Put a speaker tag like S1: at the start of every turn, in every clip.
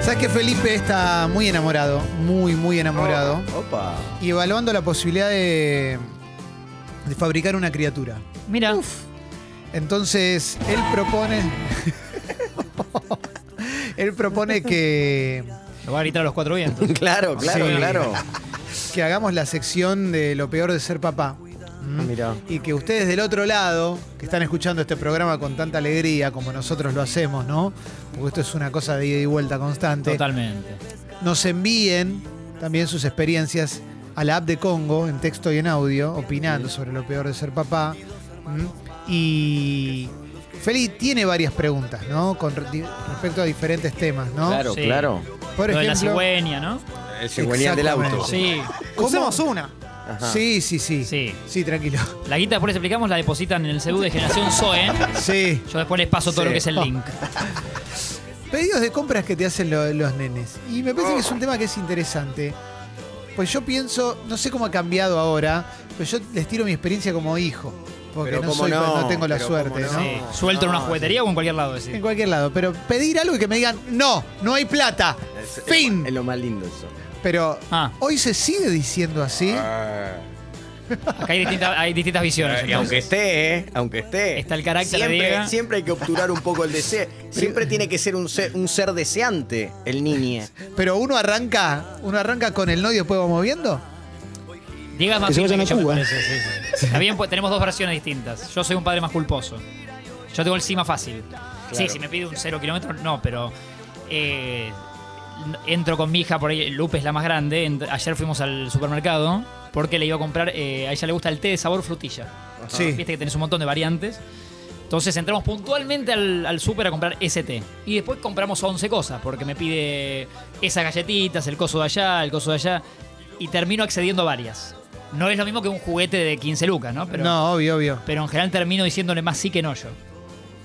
S1: ¿Sabes que Felipe está muy enamorado? Muy, muy enamorado.
S2: Opa.
S1: Y evaluando la posibilidad de, de fabricar una criatura.
S3: Mira.
S1: Entonces, él propone. él propone que,
S3: Lo va a gritar a los cuatro vientos.
S2: Claro, claro,
S3: Sí.
S2: claro.
S1: Ah, que hagamos la sección de lo peor de ser papá. ¿Mm?
S2: Mira.
S1: Y que ustedes del otro lado, que están escuchando este programa con tanta alegría como nosotros lo hacemos, ¿no? Porque esto es una cosa de ida y vuelta constante.
S3: Totalmente.
S1: nos envíen también sus experiencias a la app de Congo en texto y en audio, opinando sobre lo peor de ser papá. ¿Mm? Y Feli tiene varias preguntas, ¿no? Con re- di- respecto a diferentes temas, ¿no?
S2: Claro,
S3: Sí.
S2: claro.
S1: Por
S3: Lo de la
S1: ejemplo,
S3: cigüeña, ¿no?
S2: El cigüeñal del auto.
S1: Exactamente.
S3: Sí.
S1: usemos una.
S2: Ajá.
S1: Sí, sí, sí, sí.
S3: Sí.
S1: tranquilo.
S3: La guita después les explicamos, la depositan en el CDU de Generación Zoe.
S1: Sí.
S3: Yo después les paso todo
S1: Sí.
S3: lo que es el link.
S1: Pedidos de compras que te hacen lo- los nenes. Y me parece que
S2: Oh.
S1: es un tema que es interesante. Pues yo pienso, no sé cómo ha cambiado ahora, pero yo les tiro mi experiencia como hijo. Porque
S2: Pero
S1: no,
S2: cómo
S1: soy-
S2: no,
S1: no tengo la
S2: pero
S1: suerte,
S2: cómo
S1: ¿no?
S2: no.
S3: Sí. Suelto en una
S2: no,
S3: juguetería o en cualquier lado.
S1: En
S3: Sí.
S1: cualquier lado, pero pedir algo y que me digan, no, no hay plata.
S2: Es- es-
S1: fin.
S2: Es lo más lindo eso.
S1: Pero
S3: Ah.
S1: hoy se sigue diciendo así.
S2: Ah.
S3: Acá hay, distinta- hay distintas visiones.
S2: Y aunque
S3: entonces.
S2: esté, ¿eh? Aunque esté.
S3: Está el carácter de
S2: siempre,
S3: Diego.
S2: siempre hay que obturar un poco el deseo. Siempre tiene que ser un ser, un ser deseante el niño.
S1: Pero uno arranca, uno arranca con el no y después va moviendo.
S3: Diego es más
S4: Que se
S3: firme
S4: vayan a
S3: que yo, me
S4: Cuba.
S3: parece, sí, sí. Está bien, pues, tenemos dos versiones distintas. Yo soy un padre más culposo. Yo tengo el sí más fácil. Sí, si me pide un cero kilómetro, no, pero eh, entro con mi hija por ahí. Lupe es la más grande. ent- Ayer fuimos al supermercado porque le iba a comprar. eh, a ella le gusta el té de sabor frutilla.
S1: Sí.
S3: Viste que tenés un montón de variantes. Entonces entramos puntualmente al, al súper a comprar ese té. Y después compramos 11 cosas, porque me pide esas galletitas, el coso de allá, el coso de allá. Y termino accediendo a varias. No es lo mismo que un juguete de 15 lucas, ¿no? Pero,
S1: no, obvio, obvio.
S3: pero en general termino diciéndole más sí que no yo.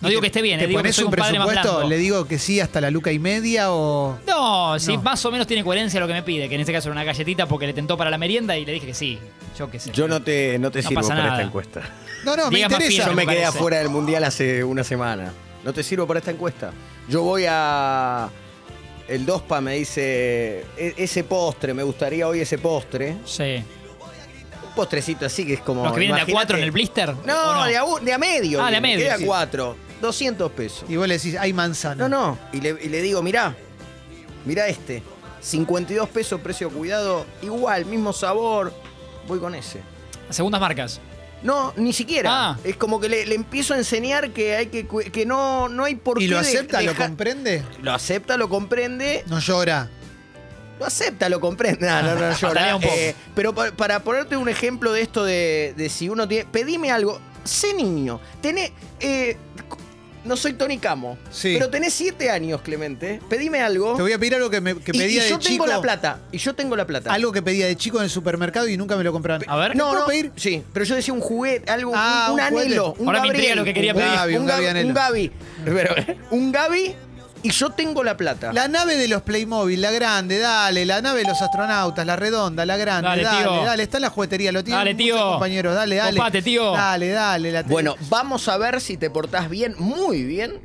S3: No digo que esté bien,
S1: ¿Te
S3: eh, digo que
S1: pones
S3: soy
S1: un
S3: un padre más
S1: presupuesto?
S3: blando.
S1: ¿Le digo que sí hasta la luca y media o.?
S3: No, si
S1: No.
S3: más o menos tiene coherencia lo que me pide, que en este caso era una galletita porque le tentó para la merienda y le dije que sí. Yo qué sé.
S2: Yo no te, no te
S3: No
S2: sirvo
S3: pasa
S2: para
S3: nada.
S2: esta encuesta.
S1: No, no, me
S3: Diga más
S1: interesa.
S3: fino,
S2: Yo me
S3: me
S2: quedé
S3: parece.
S2: afuera del mundial hace una semana. No te sirvo para esta encuesta. Yo voy a. El Dospa me dice. "E- Ese postre, me gustaría hoy ese postre.
S3: Sí.
S2: Un postrecito así que es como.
S3: Los que vienen de a
S2: imagínate-
S3: 4 en el blister. ¿o
S2: No, De, a, un- de a medio.
S3: Ah, de a
S2: viene,
S3: medio,
S2: que
S3: sí.
S2: a cuatro. 200 pesos.
S1: Y vos le decís, hay manzana.
S2: No, no. Y le, y le digo, mirá, mirá este. 52 pesos, precio cuidado, igual, mismo sabor. Voy con ese.
S3: Segundas marcas.
S2: No, ni siquiera.
S3: Ah.
S2: Es como que le, le empiezo a enseñar que hay que cu- que no, no hay por
S1: ¿Y
S2: qué.
S1: lo
S2: de-
S1: acepta? ¿Lo
S2: dejar-
S1: comprende?
S2: Lo acepta, lo comprende.
S1: No llora.
S2: Lo acepta, lo comprende. No, no, no,
S3: Patalea
S2: llora.
S3: un poco.
S2: Eh, pero pa- para ponerte un ejemplo de esto de, de si uno tiene. Pedime algo. Sé niño. Tené. eh, cu- no soy Tony Camo.
S1: Sí.
S2: Pero tenés siete años, Clemente. Pedime algo.
S1: Te voy a pedir algo que, me, que
S2: Y-
S1: pedía
S2: y,
S1: de
S2: yo
S1: chico.
S2: tengo la plata. Y yo tengo la plata.
S1: Algo que pedía de chico en el supermercado y nunca me lo compraron.
S3: A ver.
S1: No,
S2: no, no,
S1: pedir?
S2: sí, pero yo decía un juguete, algo, un-
S1: Ah,
S2: un,
S1: un juguete.
S2: anhelo, un
S3: Ahora me
S2: Gabriel,
S3: intriga lo que quería
S2: un
S3: pedir.
S1: Gaby, un
S2: un
S1: Gaby
S2: Gaby,
S1: anhelo.
S2: un Gaby, Pero, un Gaby y yo tengo la plata.
S1: La nave de los Playmobil, la grande, dale. La nave de los astronautas, la redonda, la grande, dale,
S3: Dale, tío.
S1: dale. Está en la juguetería, lo tienen
S3: Dale,
S1: muchos
S3: tío.
S1: compañeros, dale, dale.
S3: Copate, tío.
S1: Dale, dale. La
S2: Bueno, vamos a ver si te portás bien, muy bien.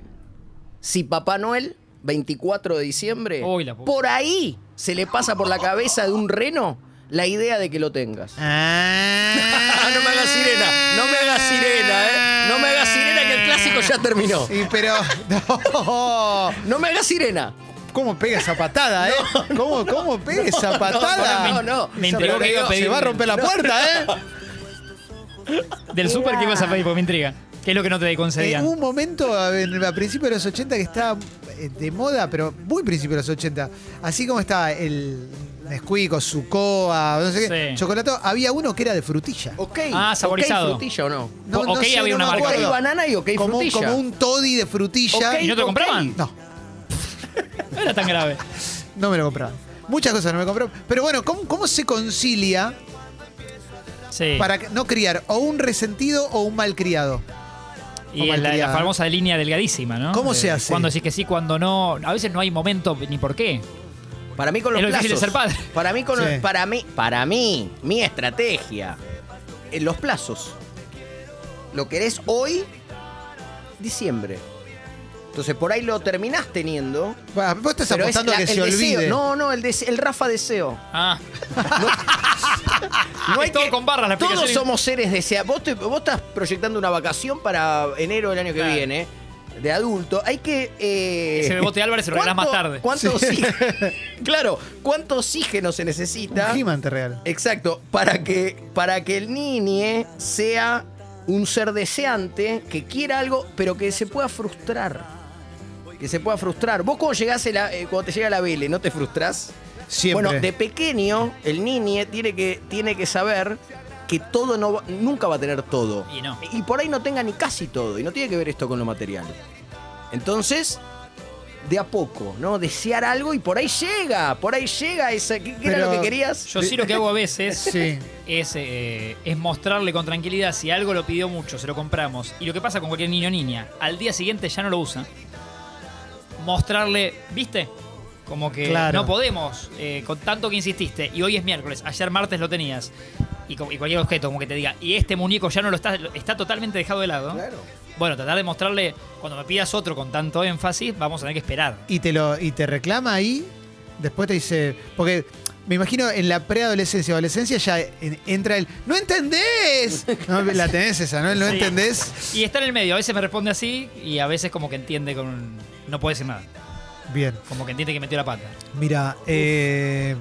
S2: Si Papá Noel 24 de diciembre
S3: Uy, la puta.
S2: por ahí se le pasa por la cabeza de un reno la idea de que lo tengas.
S1: Ah,
S2: Ah, no me hagas sirena, no me hagas sirena, eh. No me hagas sirena que el clásico ya terminó.
S1: Y pero. No.
S2: No me hagas sirena.
S1: ¿Cómo pega esa patada, eh? ¿Cómo, cómo pega esa patada?
S2: No, no.
S3: Me intrigó que iba a
S1: Se
S3: pedir.
S1: va a romper la puerta, ¿eh?
S3: Del súper que ibas a pedir, porque me intriga. ¿Qué es lo que no te
S1: Eh,
S3: concedían?
S1: hubo un momento a, en- a principios de los 80 que estaba eh, de moda, pero muy principios de los 80. Así como estaba el Nesquik o Sucoa, no sé qué,
S3: Sí.
S1: chocolate, había uno que era de frutilla.
S2: Ok.
S3: Ah, saborizado.
S2: Ok, frutilla o no.
S1: No, no
S3: ok,
S1: sé,
S3: había
S1: no
S3: una
S1: me
S2: Ok,
S3: marca.
S1: acuerdo.
S2: banana y ok,
S1: Como,
S2: frutilla.
S1: como un toddy de frutilla.
S2: Ok,
S3: ¿Y no te lo compraban?
S1: No,
S3: No era tan grave.
S1: no me lo compraban. Muchas cosas no me compraban. Pero bueno, ¿cómo, cómo se concilia
S3: Sí.
S1: para que- no criar o un resentido o un malcriado? o
S3: y la,
S1: malcriada.
S3: la famosa línea delgadísima, ¿no?
S1: ¿Cómo
S3: De
S1: se hace?
S3: Cuando decís que sí, cuando no. A veces no hay momento ni por qué.
S2: Para mí con los
S3: Es lo
S2: plazos.
S3: difícil de ser padre.
S2: Para mí con
S1: Sí.
S2: los- para mí, para mí, mi estrategia en los plazos. Lo querés hoy diciembre. Entonces por ahí lo terminás teniendo.
S1: Bueno, vos estás
S2: pero es
S1: apostando a
S2: la-
S1: que
S2: el
S1: se
S2: deseo.
S1: olvide.
S2: No, no, el, des- el Rafa deseo.
S3: Ah,
S2: No hay
S3: es todo
S2: que-
S3: con barras la explicación.
S2: Todos somos seres deseados. Vos, te- vos estás proyectando una vacación para enero del año que
S3: Claro.
S2: viene, de adulto. Hay que. eh,
S3: Ese bebote de Álvarez se lo regalás más
S2: ¿cuánto-
S3: tarde.
S2: cuánto
S1: Sí.
S2: oxi- claro, ¿cuánto oxígeno se
S1: Un
S2: necesita?
S1: He-Man te regala.
S2: Exacto, para que, para que el niñe sea un ser deseante, que quiera algo, pero que se pueda frustrar. Que se pueda frustrar. Vos cuando, llegás a la- eh, cuando te llega la vele, ¿no te frustrás?
S1: Siempre.
S2: Bueno, de pequeño, el niñe tiene que, tiene que saber que todo no va- nunca va a tener todo.
S3: Y no.
S2: Y por ahí no tenga ni casi todo. Y no tiene que ver esto con lo material. Entonces, de a poco, ¿no? Desear algo y por ahí llega. Por ahí llega esa. ¿Qué, qué era
S1: Pero-
S2: lo que querías?
S3: Yo sí lo que hago a veces
S1: Sí.
S3: es, eh, es mostrarle con tranquilidad si algo lo pidió mucho, se lo compramos. Y lo que pasa con cualquier niño o niña, al día siguiente ya no lo usa. Mostrarle, ¿viste? Como que
S1: Claro.
S3: no podemos, eh, con tanto que insististe. Y hoy es miércoles, ayer martes lo tenías. Y, co- y cualquier objeto, como que te diga, y este muñeco ya no lo está, está totalmente dejado de lado. Bueno, tratar de mostrarle, cuando me pidas otro con tanto énfasis, vamos a tener que esperar.
S1: y te lo y te reclama ahí después te dice porque me imagino en la preadolescencia adolescencia ya en- entra el no entendés No, la tenés esa no no
S3: Sí.
S1: entendés
S3: Y está en el medio, a veces me responde así y a veces como que entiende con... No puede decir nada.
S1: bien
S3: Como que entiende que metió la pata.
S1: mira eh,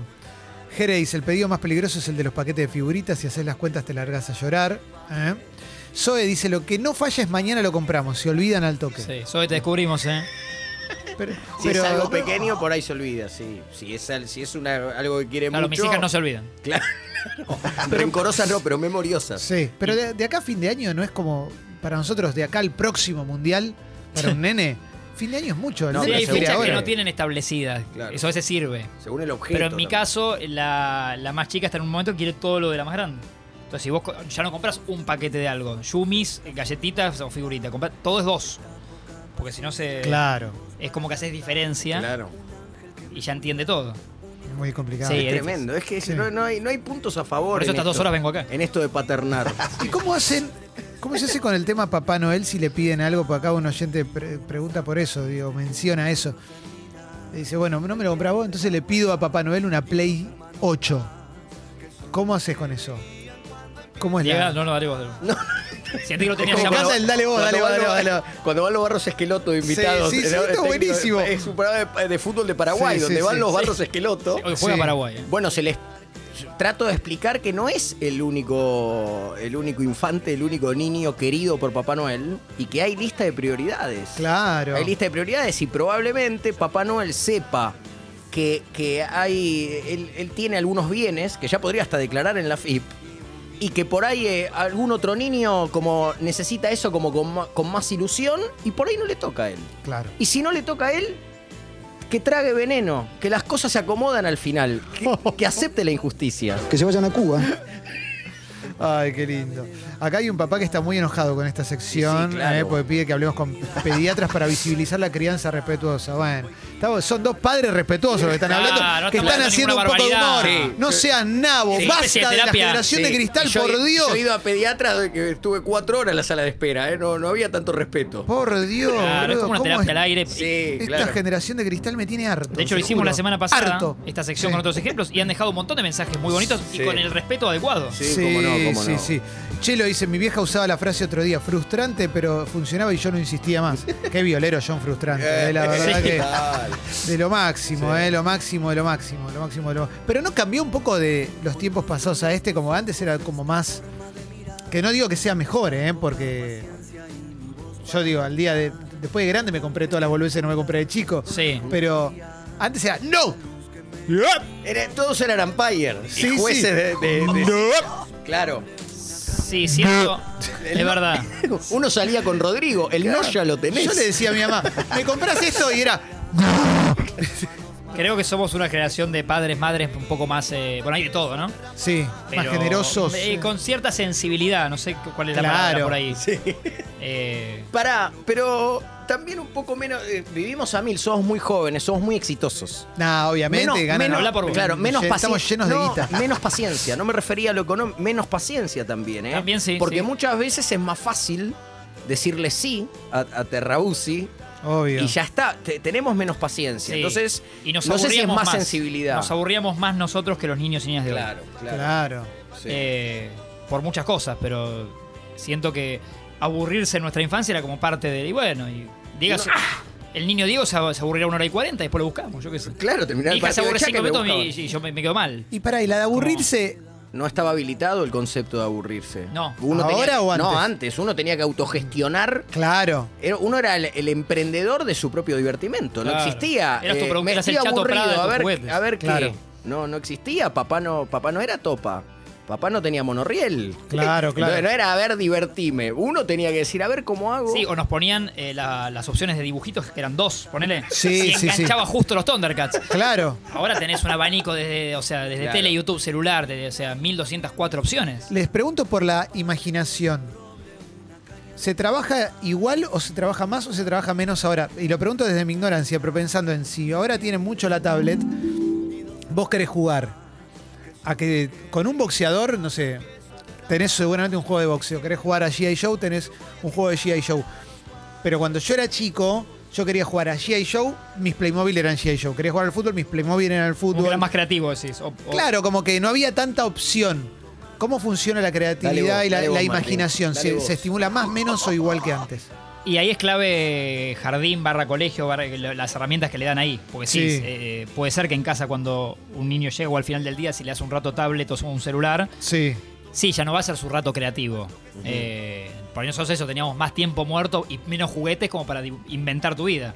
S1: Jere dice el pedido más peligroso es el de los paquetes de figuritas si haces las cuentas te largas a llorar ¿eh? Zoe dice lo que no falla es mañana lo compramos se olvidan al toque
S3: Sí, Zoe, te descubrimos, ¿eh?
S1: pero,
S2: Si
S1: pero-
S2: es algo pequeño, por ahí se olvida, sí. Si es, al- si es una, algo que quiere
S3: Claro,
S2: mucho.
S3: mis hijas no se olvidan.
S2: Claro. Rencorosas no, pero memoriosas.
S1: sí pero de, de acá a fin de año no es como para nosotros de acá al próximo mundial para un nene fin de año es mucho el
S2: No,
S3: sí,
S1: nene
S3: hay
S2: pero
S1: quiere
S3: fichas
S2: seguro.
S3: que
S1: ahora.
S3: no tienen establecidas.
S2: Claro.
S3: Eso a veces sirve.
S2: Según el objeto.
S3: Pero en mi
S2: también.
S3: caso, la, la más chica está en un momento que quiere todo lo de la más grande. Entonces, si vos co- ya no compras un paquete de algo, yumis, galletitas o figuritas, compras, todo es dos. Porque si no se.
S1: Claro,
S3: Es como que haces diferencia
S2: Claro.
S3: y ya entiende todo.
S1: es muy complicado.
S3: Sí,
S2: es
S3: es
S2: tremendo. Es que
S1: Sí.
S2: no, no hay, no hay puntos a favor.
S3: Por eso
S2: en
S3: estas dos
S2: esto.
S3: horas vengo acá.
S2: En esto de paternar.
S1: ¿Y cómo hacen? ¿Cómo se hace con el tema Papá Noel si le piden algo? Porque acá un oyente pre- pregunta por eso, digo, menciona eso. Le dice, bueno, no me lo compras vos, entonces le pido a Papá Noel una Play 8. ¿Cómo haces con eso? ¿Cómo es
S3: Llega,
S1: la.?
S3: no, no, dale vos. No. Sentí que lo tenías
S1: Es como
S3: llamado.
S1: pasa el dale vos, dale vos,
S2: Cuando
S1: dale
S2: Baldo-
S1: vos, dale vos.
S2: Cuando van los Barros Esqueloto de invitados. eh,
S1: sí, sí,
S2: ¿no?
S1: esto es
S2: Técnico-
S1: buenísimo.
S2: Es un programa de, de fútbol de Paraguay
S1: Sí, sí,
S2: donde van
S1: sí.
S2: los Barros Esqueloto.
S3: Hoy juega
S1: Sí.
S3: Paraguay. ¿eh?
S2: Bueno, se les trato de explicar que no es el único, el único infante, el único niño querido por Papá Noel y que hay lista de prioridades.
S1: Claro.
S2: Hay lista de prioridades y probablemente Papá Noel sepa que, que hay, él, él tiene algunos bienes que ya podría hasta declarar en la FIP y que por ahí eh, algún otro niño como necesita eso como con, ma- con más ilusión y por ahí no le toca a él.
S1: Claro.
S2: Y si no le toca a él, que trague veneno, que las cosas se acomodan al final, que, que acepte la injusticia.
S4: que se vayan a Cuba.
S1: Ay, qué lindo. Acá hay un papá que está muy enojado con esta sección,
S2: Sí, sí, claro.
S1: eh, porque pide que hablemos con pediatras para visibilizar la crianza respetuosa. Bueno, estamos- son dos padres respetuosos los que están
S3: Ah,
S1: hablando,
S3: no
S1: que están
S3: estamos hablando
S1: haciendo un
S3: ninguna
S1: poco de humor.
S3: barbaridad. Sí.
S1: No sean nabos,
S3: Sí.
S1: basta
S3: Especie de
S1: de la
S3: terapia.
S1: generación de
S2: Sí.
S1: cristal,
S2: Y yo-
S1: por Dios.
S2: Yo he ido a pediatras de que estuve cuatro horas en la sala de espera, ¿eh? no, no había tanto respeto.
S1: Por Dios,
S3: Claro, es
S1: boludo,
S3: como una
S1: ¿cómo
S3: terapia
S1: es-
S3: al aire.
S2: Sí,
S1: Esta
S2: claro.
S1: generación de cristal me tiene harto.
S3: De hecho,
S1: te
S3: lo hicimos
S1: juro.
S3: la semana pasada,
S1: Harto.
S3: esta
S1: Sí.
S3: sección con otros ejemplos, y han dejado un montón de mensajes muy bonitos
S2: Sí.
S3: y con el respeto adecuado.
S2: Sí, cómo no, cómo
S1: sí,
S2: no.
S1: sí. Chelo dice, mi vieja usaba la frase otro día, frustrante, pero funcionaba y yo no insistía más. Qué violero John frustrante, eh, la verdad
S2: Sí.
S1: que... De lo máximo, eh, lo máximo, de lo máximo, lo máximo, de lo Pero no cambió un poco de los tiempos pasados a este, como antes era como más. Que no digo que sea mejor, eh, porque. Yo digo, al día de. Después de grande me compré todas las boludeces, no me compré de chico.
S3: Sí.
S1: Pero antes era. ¡No!
S2: Era- todos eran umpires,
S1: Sí,
S2: y jueces
S1: sí.
S2: de... de- de- Claro.
S3: Sí, cierto. Es verdad.
S2: Uno salía con Rodrigo, el no ya lo tenés.
S1: Yo le decía a mi mamá, ¿me compras esto? Y era.
S3: Creo que somos una generación de padres, madres un poco más. eh, bueno, hay de todo, ¿no?
S1: Sí,
S3: Pero,
S1: más generosos.
S3: eh, con cierta sensibilidad, no sé cu- cuál es la
S1: Claro.
S3: palabra por ahí.
S2: Sí.
S3: Eh,
S2: Pará, pero también un poco menos... eh, vivimos a mil, somos muy jóvenes, somos muy exitosos.
S1: Nah, obviamente,
S2: menos,
S1: ganan.
S2: menos-
S3: Habla por vos.
S2: Claro, menos
S1: Lle- estamos
S2: paci-
S1: llenos de
S2: no,
S1: guita.
S2: Menos paciencia. No me refería a lo económico. Menos paciencia también, ¿eh?
S3: También sí,
S2: Porque
S3: sí.
S2: muchas veces es más fácil decirle sí a, a Terrausi
S1: Obvio.
S2: Y ya está, te- tenemos menos paciencia.
S3: Sí.
S2: Entonces,
S3: y nos
S2: no sé si es
S3: aburríamos
S2: más, sensibilidad.
S3: Nos aburríamos más nosotros que los niños y niñas de hoy.
S2: claro, claro.
S1: Claro.
S2: sí.
S3: Eh, por muchas cosas, pero siento que aburrirse en nuestra infancia era como parte de. Y bueno, y digas. El niño Diego se ab- se aburrirá una hora y cuarenta y después lo buscamos, yo qué sé.
S2: Claro, terminar el
S3: Mi hija se
S2: partido de
S3: aburre
S2: Chaque
S3: cinco
S2: me
S3: minutos y,
S2: buscaba.
S3: y yo me, me quedo mal.
S1: Y pará, y la de aburrirse.
S2: No estaba habilitado el concepto de aburrirse.
S3: No.
S1: ¿Ahora
S2: tenía-
S1: o
S2: No,
S1: antes?
S2: antes. Uno tenía que autogestionar.
S1: Claro.
S2: Era- Uno era el, el emprendedor de su propio divertimento. No
S3: Claro.
S2: existía.
S3: Eras tu
S2: eh,
S3: productor,
S2: me
S3: eras el
S2: estoy
S3: Chato
S2: aburrido,
S3: Prada de
S2: a
S3: tus
S2: ver,
S3: juguetes.
S2: a ver qué.
S1: Claro.
S2: No, no existía. Papá no, papá no era topa. Papá no tenía monorriel.
S1: Claro, claro.
S2: No, no era, a ver, divertime. Uno tenía que decir, a ver cómo hago.
S3: Sí, o nos ponían eh, la- las opciones de dibujitos que eran dos, ponele.
S1: Sí,
S3: y
S1: sí, sí.
S3: enganchaba justo los Thundercats.
S1: Claro.
S3: Ahora tenés un abanico desde, o sea, desde
S2: Claro.
S3: tele, YouTube, celular, desde, o sea, 1204 opciones.
S1: Les pregunto por la imaginación. ¿Se trabaja igual o se trabaja más o se trabaja menos ahora? Y lo pregunto desde mi ignorancia, pero pensando en si ahora tienen mucho la tablet, vos querés jugar a que con un boxeador, no sé, tenés seguramente un juego de boxeo, querés jugar a G.I. Joe, tenés un juego de G.I. Joe. Pero cuando yo era chico, yo quería jugar a G.I. Joe, mis Playmobil eran G.I. Joe. Quería jugar al fútbol, mis Playmobil eran al
S3: Como que
S1: fútbol.
S3: era más creativo, decís. o- o-
S1: Claro, como que no había tanta opción. ¿Cómo funciona la creatividad
S2: Dale vos,
S1: y la,
S2: dale vos,
S1: la
S2: Martín.
S1: imaginación?
S2: Dale
S1: ¿Se,
S2: vos.
S1: se estimula más, menos o igual que antes?
S3: Y ahí es clave jardín barra colegio, barra- lo- las herramientas que le dan ahí. Porque sí,
S1: Sí.
S3: eh, puede ser que en casa cuando un niño llega o al final del día, si le hace un rato tablet o un celular,
S1: Sí,
S3: sí, ya no va a ser su rato creativo. Eh, por ahí nosotros eso, teníamos más tiempo muerto y menos juguetes como para di- inventar tu vida.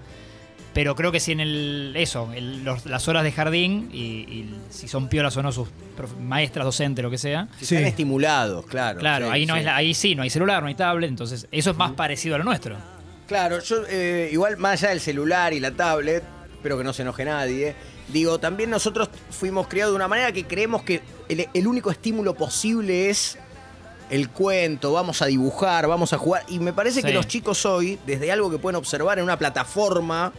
S3: Pero creo que si en el eso, el- los- las horas de jardín y, y si son piolas o no sus prof- maestras, docentes, lo que sea,
S2: Si Están
S1: Sí.
S2: estimulados, claro.
S3: Claro,
S2: Sí,
S3: ahí no
S2: sí.
S3: es la- ahí sí, no hay celular, no hay tablet, entonces eso es más parecido a lo nuestro.
S2: Claro, yo eh, igual más allá del celular y la tablet, espero que no se enoje nadie. Digo, también nosotros fuimos criados de una manera que creemos que el, el único estímulo posible es el cuento, vamos a dibujar, vamos a jugar. Y me parece que
S3: Sí.
S2: los chicos hoy, desde algo que pueden observar en una plataforma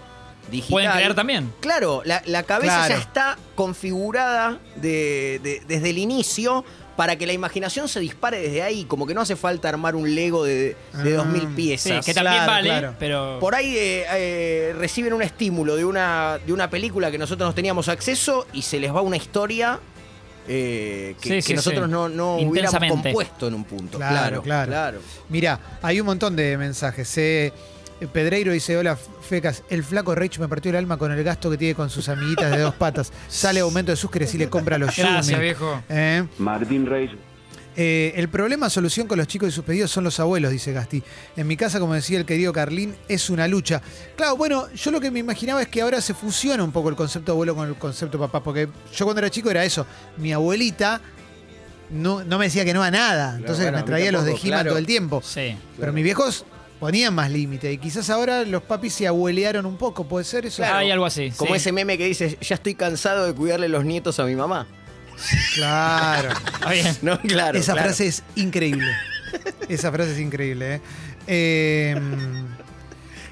S2: digital.
S3: Pueden crear también.
S2: Claro, la, la cabeza
S1: Claro.
S2: ya está configurada de- de- desde el inicio para que la imaginación se dispare desde ahí, como que no hace falta armar un Lego de, de
S1: Ah,
S2: 2000
S3: Sí,
S2: piezas.
S3: que también
S1: claro,
S3: vale,
S1: claro.
S3: pero
S2: Por ahí eh, eh, reciben un estímulo de una, de una película que nosotros no teníamos acceso y se les va una historia eh, que,
S3: Sí,
S2: que
S3: sí,
S2: nosotros
S3: sí.
S2: no, no hubiéramos
S3: Intensamente.
S2: compuesto en un punto.
S1: Claro, claro. Mira, hay un montón de mensajes. eh. Pedreiro dice, hola fecas, el flaco Rich me partió el alma con el gasto que tiene con sus amiguitas de dos patas. Sale aumento de suscriptores y le compra los
S3: gracias,
S1: Yumi.
S3: viejo.
S1: Eh.
S4: Martín Reyes.
S1: Eh, el problema, solución con los chicos y sus pedidos son los abuelos, dice Gasti. En mi casa, como decía el querido Carlín, es una lucha. Claro, bueno, yo lo que me imaginaba es que ahora se fusiona un poco el concepto abuelo con el concepto papá, porque yo cuando era chico era eso. Mi abuelita no, no me decía que no a nada, entonces
S2: bueno, a
S1: me
S2: mí
S1: traía los de
S2: tampoco,
S1: He-Man
S2: claro.
S1: todo el tiempo.
S3: Sí.
S1: Pero mis viejos ponían más límite y quizás ahora los papis se abuelearon un poco, ¿puede ser eso?
S3: Hay algo así.
S2: Como
S3: sí.
S2: ese meme que dice, ya estoy cansado de cuidarle los nietos a mi mamá.
S1: Claro.
S3: Está bien.
S2: No, claro.
S1: Esa
S2: claro.
S1: frase es increíble. Esa frase es increíble. ¿eh? Eh,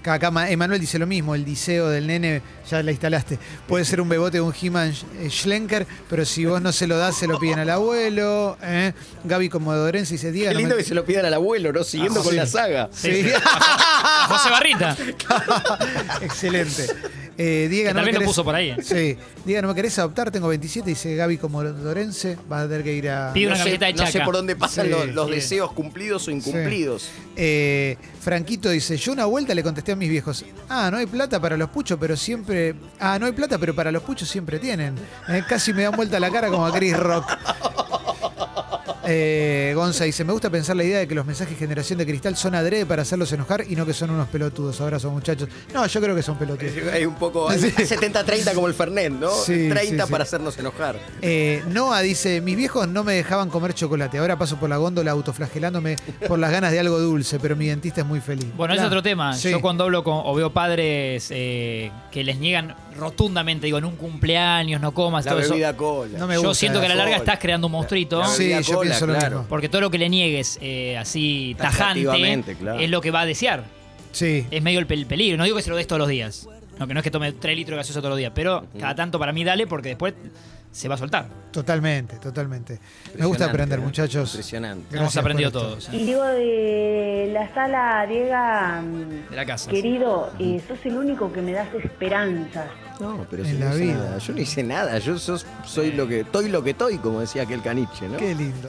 S1: acá Ma- Emanuel dice lo mismo, el diseo del nene, ya la instalaste. Puede ser un bebote o un He-Man Sch- eh, Schlenker, pero si vos no se lo das, se lo piden al abuelo. ¿eh? Gaby Comodorense dice, Diego.
S2: Qué lindo que se lo pidan al abuelo, ¿no? Siguiendo
S1: Ah,
S2: con
S1: sí.
S2: la saga.
S3: Sí.
S1: Ah.
S3: A José Barrita. que
S1: Excelente. Eh, Diego, no me
S3: también lo
S1: querés-
S3: puso por ahí. ¿eh?
S1: Sí. Diga, no me querés adoptar, tengo 27, dice Gaby Comodorense. Vas a tener que ir a.
S3: Pido
S2: No
S3: una
S2: sé,
S3: camiseta de
S2: no sé
S3: Chaca.
S2: por dónde pasan
S1: Sí,
S2: los, los
S3: sí.
S2: deseos cumplidos o incumplidos.
S1: Eh, Franquito dice, yo una vuelta le contesté a mis viejos, ah, no hay plata para los puchos, pero siempre... Ah, no hay plata, pero para los puchos siempre tienen. Eh, casi me dan vuelta la cara como a Chris Rock. Eh, Gonza dice, me gusta pensar la idea de que los mensajes generación de cristal son adrede para hacerlos enojar y no que son unos pelotudos. Ahora son muchachos. No, yo creo que son pelotudos.
S2: Hay un poco. hay
S1: Sí.
S2: 70-30 como el Fernet, ¿no?
S1: Sí,
S2: 30
S1: sí, sí.
S2: para hacernos enojar.
S1: Eh, Noah dice, mis viejos no me dejaban comer chocolate, ahora paso por la góndola autoflagelándome por las ganas de algo dulce, pero mi dentista es muy feliz.
S3: Bueno, es
S1: Claro.
S3: otro tema.
S1: Sí.
S3: Yo cuando hablo con, o veo padres eh, que les niegan rotundamente, digo, en un cumpleaños, no comas,
S2: La
S3: todo eso.
S2: bebida cola.
S1: No me
S3: Yo
S1: gusta
S3: siento que a la
S2: la
S3: larga
S2: sol.
S3: estás creando un monstruito.
S2: La bebida
S1: Sí, yo pienso lo mismo.
S3: Porque todo lo que le niegues eh, así tajante
S2: Taxativamente, claro.
S3: es lo que va a desear.
S1: Sí.
S3: Es medio el pel- peligro. No digo que se lo des todos los días. No, que no es que tome 3 litros de gaseosa todos los días, pero cada tanto para mí dale porque después se va a soltar.
S1: Totalmente, totalmente. Me gusta aprender,
S2: Impresionante, ¿eh?
S1: muchachos.
S2: Impresionante.
S1: Gracias
S3: Hemos
S1: por
S3: aprendido
S1: esto.
S3: todos. ¿eh?
S4: Y digo de la sala, Diego,
S3: De la casa.
S4: querido, eh, sos el único que me das esperanzas.
S2: No, pero
S1: En
S2: si
S1: la
S2: no hice
S1: vida.
S2: nada. Yo no hice nada. Yo sos- soy lo que, toy lo que toy, como decía aquel caniche, ¿no?
S1: Qué lindo.